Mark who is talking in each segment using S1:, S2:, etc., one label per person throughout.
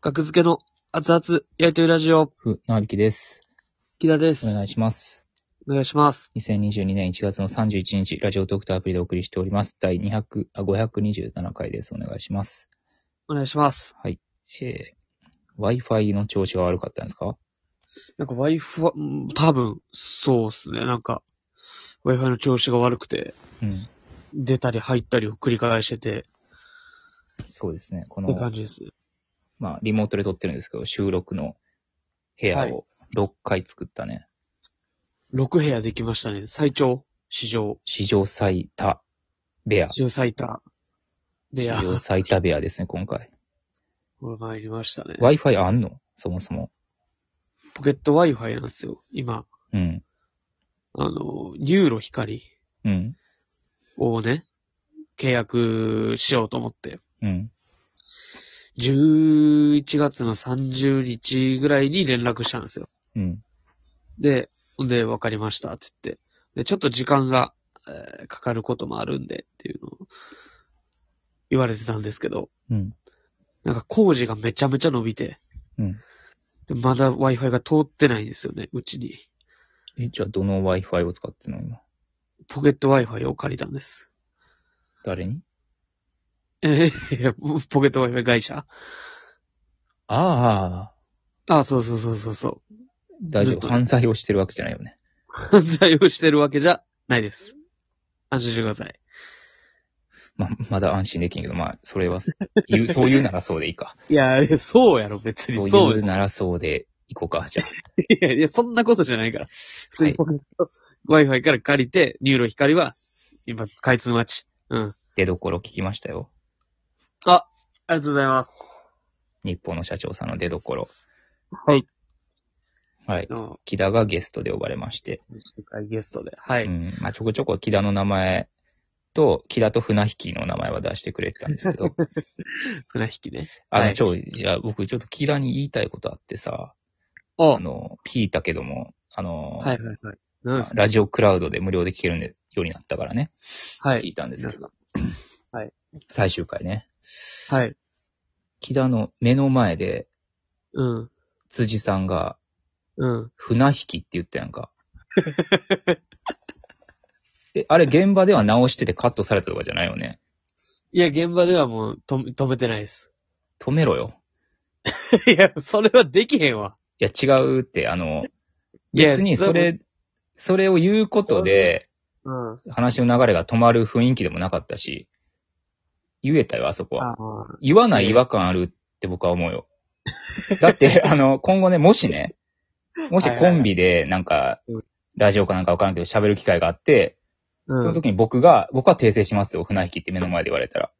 S1: 格付けの熱々焼いてるラジオ、
S2: ふ、なびきです。
S1: 木田で
S2: お
S1: す。
S2: 願いします。
S1: お願いします。
S2: 2022年1月の31日、ラジオトークとアプリでお送りしております。第200、あ、527回です。お願いします。
S1: お願いします。
S2: えー、Wi-Fi の調子が悪かったんですか
S1: なんか Wi-Fi は、うん多分、そうっすね。なんか、Wi-Fi の調子が悪くて、
S2: うん。
S1: 出たり入ったりを繰り返してて、
S2: そうですね。こ
S1: って
S2: の
S1: 感、じですね。
S2: まあ、リモートで撮ってるんですけど、収録の部屋を6回作ったね。
S1: 6部屋できましたね。最長、史上、
S2: 史上最多部屋。
S1: 史上最多。部
S2: 史
S1: 屋、
S2: 上最多部屋ですね、今回。
S1: 参りましたね。
S2: Wi-Fi あんのそもそも。
S1: ポケット Wi-Fi なんですよ。今、
S2: うん。
S1: あの、ユーロ光
S2: うん。
S1: をね、契約しようと思って。
S2: うん。
S1: 11月の30日ぐらいに連絡したんですよ。
S2: うん。
S1: で、ほんで、わかりましたって言って。で、ちょっと時間が、えーかかることもあるんでっていうのを言われてたんですけど、
S2: うん。
S1: なんか工事がめちゃめちゃ伸びて、
S2: うん。
S1: でまだ Wi-Fi が通ってないんですよね、うちに。
S2: え、じゃあ、どの Wi-Fi を使ってるの今。
S1: ポケット Wi-Fi を借りたんです。
S2: 誰に
S1: えーいやポケット Wi-Fi 会社
S2: ああ、
S1: あ、そうそうそうそうそう。
S2: 大丈
S1: ずっと
S2: 夫。犯罪をしてるわけじゃないよね。
S1: 犯罪をしてるわけじゃないです。安心してください。
S2: ま、まだ安心できんけど、まあ、それは、言う、そう言うならそうでいいか。
S1: いや、いやそうやろ、別
S2: そ
S1: に。
S2: う
S1: そう
S2: 言うならそうでいこうか、じゃあ。
S1: いやいや、そんなことじゃないから。普通にポケット Wi-Fi から借りて、ニューロ光は、今、開通待ち。うん。
S2: 出どころ聞きましたよ。
S1: ありがとうございます。
S2: 日本の社長さんの出どころ。
S1: はい。
S2: はい。
S1: の、
S2: 木田がゲストで呼ばれまして。
S1: ゲストで。は
S2: う
S1: い。
S2: ん。まあ、ちょこちょこ木田の名前と、木田と船引きの名前は出してくれてたんですけ ど。
S1: 船引きね。
S2: あ
S1: は
S2: の、
S1: い
S2: ちょ、じゃあ僕ちょっと木田に言いたいことあってさ、
S1: お
S2: あの、聞いたけども、あの、
S1: はいはいはい。なんですか
S2: ラジオクラウドで無料で聞けるようになったからね。
S1: は
S2: 聞
S1: い。
S2: いたんです
S1: 皆
S2: け
S1: さ
S2: ど、
S1: ん。はい。
S2: 最終回ね。
S1: はい。
S2: 木田の目の前で
S1: うん。
S2: 辻さんが
S1: うん。
S2: 船引きって言ったや んか。え、あれ現場では直しててカットされたとかじゃないよね。
S1: いや、現場ではもう、と、止めてないです。
S2: 止めろよ。
S1: いや、それはできへんわ。
S2: いや、違うって、あの、
S1: いや
S2: 別にそれ、それを言うことで、
S1: うん。あ
S2: 話の流れが止まる雰囲気でもなかったし、言えたよ、あそこは。
S1: あ。
S2: 言わない違和感あるって僕は思うよ。だって、 あの、今後ね、もしね、もし
S1: はいはいは
S2: コ
S1: い
S2: ンビで、なんか
S1: う、
S2: ラジオかなんかわからんけど喋る機会があって、
S1: う
S2: そ
S1: ん。
S2: の時に僕が、僕は訂正しますよ、船引きって目の前で言われたら。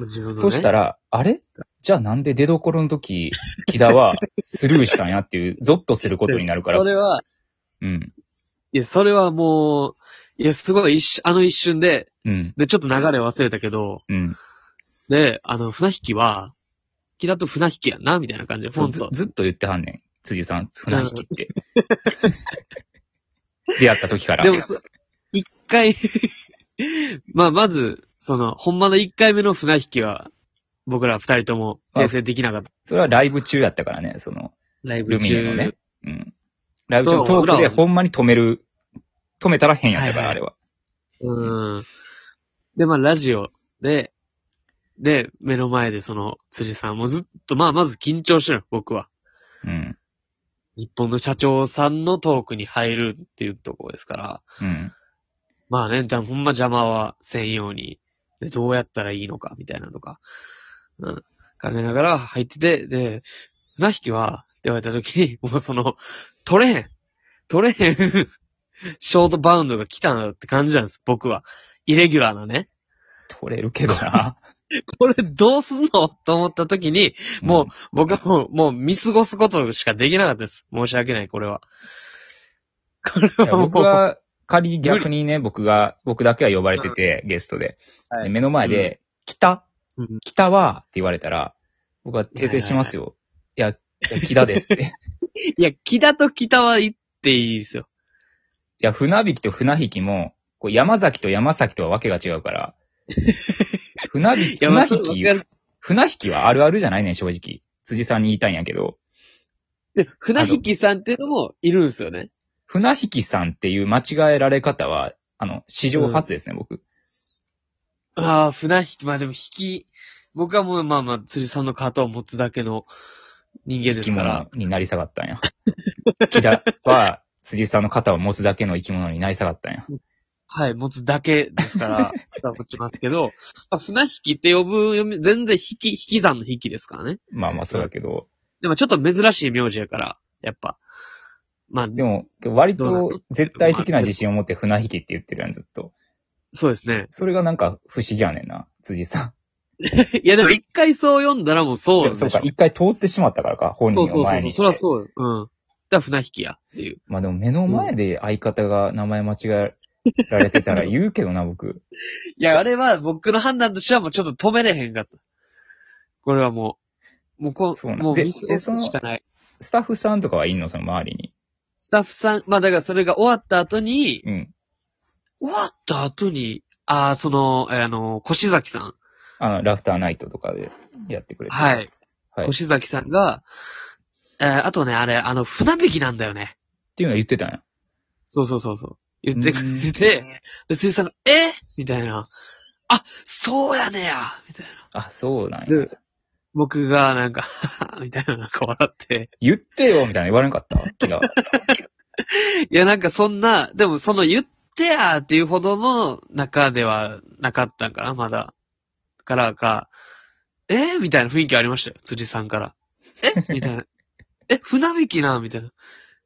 S1: 自分のね
S2: そしたら、あれじゃあなんで出所の時、木田はスルーしたんやっていう、ゾッとすることになるから
S1: そ。れは、
S2: うん。
S1: いや、それはもう、いや、すごい一瞬、あの一瞬で、
S2: うん。
S1: で、ちょっと流れ忘れたけど、
S2: うん。
S1: で、あの、船引きは、木だと船引きやんな、みたいな感じで、ポ
S2: そう
S1: ン
S2: ず
S1: と。
S2: ずっと言ってはんねん。辻さん、船引き って。出会った時から。
S1: でも、そ一回、 まあ、まず、その、ほんまの一回目の船引きは、僕ら二人とも訂正できなかった。
S2: それはライブ中やったからね、その、
S1: ライ
S2: ルミネのね。うん。ライブ中の
S1: そう
S2: トークで
S1: 裏を
S2: ほんまに止める、止めたら変やったから、
S1: は
S2: あ
S1: いはい
S2: れは。
S1: うん。で、まあ、ラジオで、で、目の前でその、辻さんもずっと、まあ、まず緊張してる、僕は。
S2: うん。
S1: 日本の社長さんのトークに入るっていうところですから、
S2: うん。
S1: まあね、じゃあほんま邪魔はせんように、で、どうやったらいいのか、みたいなのとか、うん、考えながら入ってて、で、船引きは、って言われた時に、もう その、取れへん取れへん ショートバウンドが来たなって感じなんです、僕は。イレギュラーなね。
S2: 取れるけどな。
S1: これどうすんのと思った時に、もう、僕はもう、もう見過ごすことしかできなかったです。申し訳ない、これは。これ
S2: うん、いや
S1: はもう。
S2: 僕は、仮に逆にね、僕が、僕だけは呼ばれてて、ゲストで。
S1: はい
S2: で目の前で、北
S1: うん
S2: 北はって言われたら、僕は訂正しますよ。いや、いや木田ですって。い
S1: いや、木田と北は行っていいですよ。
S2: や、船引きと船引きも、こう山崎と山崎とはわけが違 うから。船引き、
S1: いや、まあ
S2: 船引
S1: そ
S2: き
S1: うわかる
S2: 船引きはあるあるじゃないね、正直。辻さんに言いたいんやけど、
S1: で、船引さんっていうのもいるんですよね。
S2: 船引さんっていう間違えられ方は、あの、史上初ですね、僕。
S1: ああ、船引き、まあでも引き、僕はもうまあまあ、釣りさんの肩を持つだけの人間で
S2: 生
S1: す
S2: き
S1: から
S2: 物。になり下がったんや。木田は、辻さんの肩を持つだけの生き物になり下がったんや。
S1: はい、持つだけです から、肩を持ちますけど、まあ、船引きって呼ぶ、読み全然引き、引き算の引きですからね。
S2: まあまあそうだけど、
S1: でもちょっと珍しい名字やから、やっぱ。まあ、
S2: でも、割
S1: どうなの
S2: と絶対的な自信を持って船引きって言ってるやん、ずっと。
S1: そうですね。
S2: それがなんか不思議やねんな、辻さ
S1: いやでも一回そう読んだらもうそ
S2: ん。
S1: う
S2: で
S1: なん
S2: も
S1: でし
S2: そ
S1: ょ
S2: うか、一回通ってしまったからか、本人
S1: そうそ
S2: を
S1: うそう
S2: 前
S1: そう。
S2: に。
S1: そりゃそうよ。うん。だから船引きやっていう。
S2: まあでも目の前で相方が名前間違えられてたら言うけどな、僕。
S1: いや、あれは僕の判断としてはもうちょっと止めれへんかった。これはもう、もうこ
S2: そうなん
S1: もう
S2: で
S1: ミス
S2: で
S1: を
S2: そ
S1: す
S2: の
S1: しかない。
S2: スタッフさんとかはいんの、その周りに。
S1: スタッフさん、まあだからそれが終わった後に、
S2: うん。
S1: 終わった後に、ああ、その、えーあの、越崎さん。
S2: あの、ラフターナイトとかでやってくれて。
S1: は。い。
S2: はい。っ
S1: 越崎さんが、えーあとね、あれ、あの、船引きなんだよね。
S2: ていうのを言ってたんや。
S1: そうそうそうそう。言ってくれ
S2: う
S1: て
S2: ん、
S1: で、辻さんが、えみたいな。あ、そうやねやみたいな。
S2: あ、そうなんや
S1: で。僕が、なんか、 ははみたいな、なんか笑って。
S2: 言ってよみたいな言われんかった木田
S1: いや、なんかそんな、でもその言ってやっていうほどの中ではなかったんかな、まだ。からか、えみたいな雰囲気ありましたよ、辻さんから。えみたい な。え、船引きなみたいな。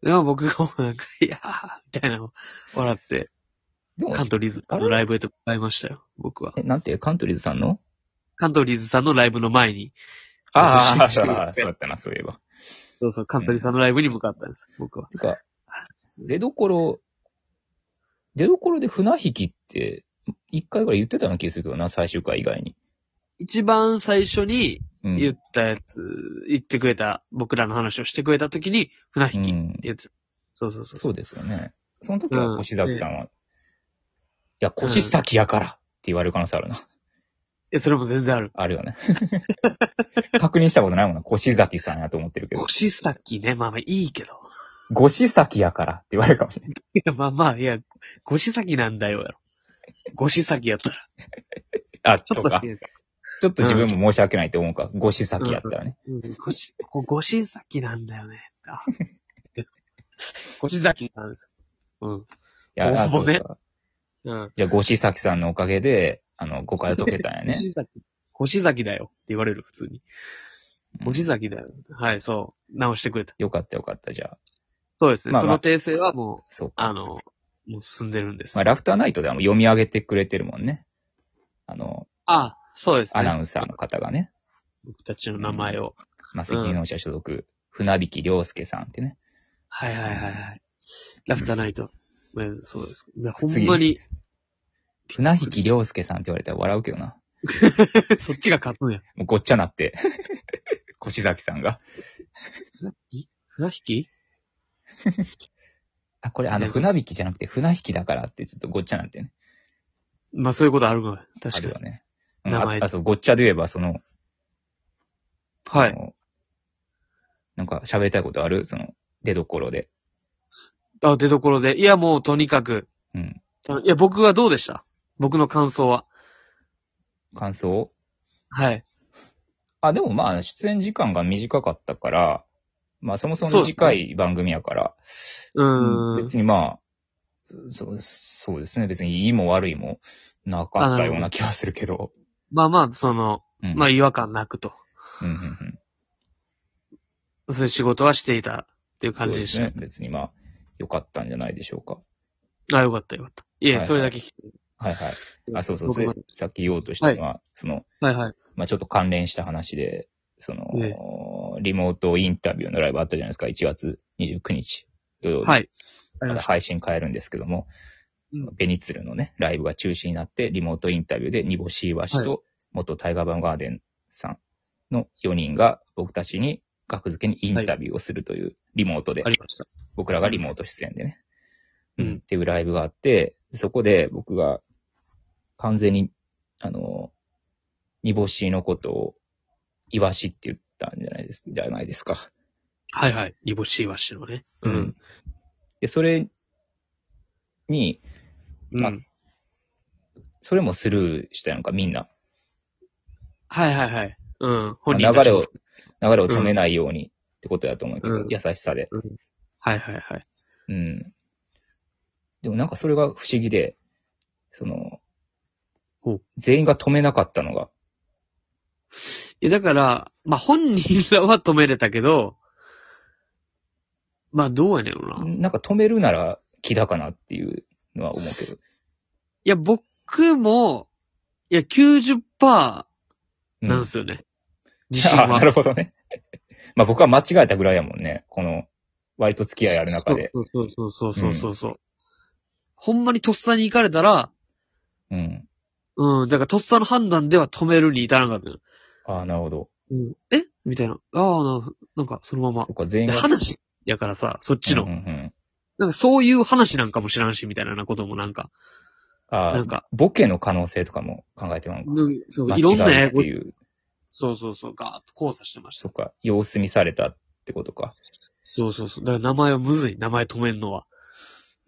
S1: でも僕がもうなんか、いやー、みたいなのを笑って、
S2: でも
S1: カン、トリーズさんのライブへと向かいましたよ、僕は。
S2: え、なんて、カントリーズさんの
S1: カントリーズさんのライブの前に、
S2: ああ、
S1: し
S2: そうだったな、そういえば。
S1: そうそう、カントリーズさんのライブに向かったんです、僕は。
S2: てか、出どころ、出どころで船引きって、一回ぐらい言ってたような気がするけどな、最終回以外に。
S1: 一番最初に
S2: う
S1: 言っ
S2: ん。
S1: たやつ、言ってくれた、僕らの話をしてくれた時に、船
S2: う
S1: 引きって
S2: ん、
S1: 言ってた。そうそうそう。
S2: そううですよね。その時は
S1: うん
S2: 越崎さんは、いや、越崎やからって言われる可能性あるな。
S1: え、それも全然ある。
S2: あるよね。 確認したことないもんな、越崎さんやと思ってるけど。
S1: 腰先ね、まあまあいいけど。
S2: 越崎やからって言われるかもしれない。
S1: いや、まあまあ、いや、腰先なんだよ、やろ。腰先やったら。
S2: あ、
S1: ち
S2: ち
S1: ょっと
S2: ょっと
S1: だ
S2: か。
S1: け。
S2: ちょっと自分も申し訳ないと思うか。越崎やったらね。
S1: うん、腰、ここ腰先なんだよね。 あ腰先なんですよ。
S2: いや、あ
S1: ほ
S2: そ
S1: ぼ
S2: う
S1: ね
S2: か。
S1: うん。うん。
S2: じゃあ、越崎さんのおかげで、あの、誤解を解けたんやね。
S1: 腰先、腰先だよって言われる、普通に。腰崎だよ。はい、そう。直してくれた。
S2: よかったよかった、じゃあ。
S1: そうですね。
S2: まあまあ
S1: その訂正はもう、
S2: そうか。
S1: あの、もう進んでるんです。
S2: まあ、ラフターナイトではもう読み上げてくれてるもんね。あの、
S1: あ、そうです
S2: アナ
S1: ね。
S2: ウンサーの方がね。
S1: 僕たちの名前を。
S2: マセキ技能者所属、船引き良介さんってね。
S1: はいはいはいはい。ラフターナイト。まあそうです。いやほ
S2: 次
S1: んまに、
S2: 船引き良介さんって言われたら笑うけどな。
S1: そっちが勝つんや。
S2: もうごっちゃなって。 越崎さんが。
S1: 船引き
S2: あ、これあの、船引きじゃなくて船引きだからってちょっとごっちゃなってね。
S1: まあそういうことあるから。
S2: あ
S1: 確か
S2: る
S1: に
S2: よ。ね。うん
S1: 名
S2: あ
S1: 前
S2: あ、そう、ごっちゃで言えば、その、
S1: は
S2: あ
S1: い。
S2: のなんか喋りたいことあるその、出どころで。
S1: あ、出所で。いやもうとにかく。
S2: うん。
S1: いや、僕はどうでした僕の感想は。
S2: 感想
S1: はい。
S2: あ、でもまあ、出演時間が短かったから、まあ、そもそも
S1: そうですね
S2: 短い番組やから、
S1: う
S2: うん
S1: ーん。
S2: 別にまあ、そそうですね、別にいいも悪いもなかったような気はするけど。
S1: まあまあ、その、
S2: うん
S1: まあ違和感なくと。
S2: うんうんうん
S1: そういう仕事はしていたっていう
S2: そう
S1: 感じで
S2: で
S1: し
S2: す
S1: た
S2: ね。。別にまあ、良かったんじゃないでしょうか。
S1: あ、よかったよかった。い
S2: はい
S1: え、
S2: はい
S1: それだけ聞き
S2: はいはい。
S1: た
S2: あ、そうそう、
S1: 僕
S2: それ
S1: も
S2: さっき言おうとしたのは、その、
S1: はいはい。
S2: まあちょっと関連した話で、その、
S1: え
S2: リモートインタビューのライブあったじゃないですか、1月29日土曜日。
S1: はい。
S2: まだ配信変えるんですけども、
S1: うん
S2: ベニツルのね、ライブが中止になって、リモートインタビューで、煮干しわし
S1: は
S2: と、元タイガーバンガーデンさんの4人が、僕たちに、学付けにインタビューをするという、リモートで、
S1: ありました。
S2: 僕らがリモート出演でね、
S1: うん
S2: っていうライブがあって、そこで僕が、完全に、あの、煮干しのことを、イワシって言ったんじゃないです、じゃないですか。
S1: はいはい。煮干しイワシのね。うん。。
S2: で、それに、
S1: うん。
S2: まあそれもスルーしたやんか、みんな。
S1: はいはいはい。うん。
S2: ま
S1: 本人
S2: あ
S1: た
S2: 流
S1: ち
S2: れ
S1: も
S2: を、流れを止めないようにってことだと思うけど、
S1: うん
S2: 優しさで。
S1: はいはいはい。
S2: うん。でもなんかそれが不思議で、その
S1: ほう、
S2: 全員が止めなかったのが、
S1: いや、だから、まあ、本人らは止めれたけど、まあ、どうやねんろな。い
S2: なんか止めるなら気だかなっていうのは思うけど。
S1: や、僕も、いや、90%
S2: う
S1: なんですよね。自信
S2: あな
S1: は。
S2: るほどね。まあ僕は間違えたぐらいやもんね。この、割と付き合いある中で。
S1: そうそうそうそうそうそうそう、ほんまにとっさに行かれたら、
S2: うん。
S1: うん、だからとっさの判断では止めるに至らなかったのよ。
S2: ああ、なるほど。
S1: うん、えみたいな。ああ、ななんか、そのまま
S2: そ。っか、全員
S1: で
S2: が。
S1: 話やからさ、そっちの、
S2: うんうんうん
S1: なんかそういう話なんかも知らんし、みたいなこともなんか、
S2: あ
S1: な
S2: あ
S1: ん、か、
S2: ボケの可能性とかも考えてまうんか。
S1: うんそう、
S2: 間
S1: いろんな
S2: 違い
S1: や
S2: っていう、
S1: そうそうそう、ガーッと交差してました
S2: そ。っか、様子見されたってことか。
S1: そうそうそう。だから名前はむずい、名前止めんのは。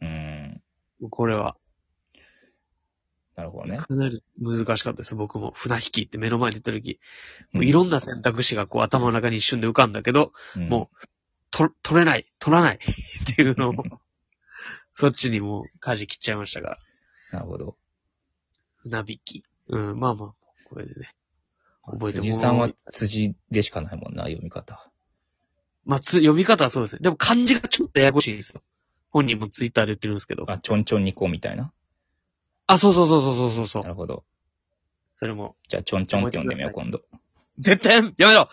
S2: うん。
S1: これは。
S2: なるほどね。
S1: かなり難しかったです、僕も。船引きって目の前に出た時、
S2: う
S1: もういろんな選択肢がこう頭の中に一瞬で浮かんだけど、
S2: うん
S1: もと、取れない、取らない っていうのを、そっちにもう舵切っちゃいましたから。
S2: なるほど。
S1: 船引き。うん、まあまあ、これでね。覚えてもらおう
S2: 辻さんは辻でしかないもんな、読み方。
S1: まあ、つ、読み方はそうですね。でも漢字がちょっとややこしいんですよ。本人もツイッターで言ってるんですけど。
S2: あ、ちょんちょんにこうみたいな。
S1: あ、そうそうそうそうそうそうそ
S2: な
S1: う。
S2: るほど。
S1: それも、
S2: じゃあ、ちょんちょんって読んでみよう、今度。
S1: 絶対やめろ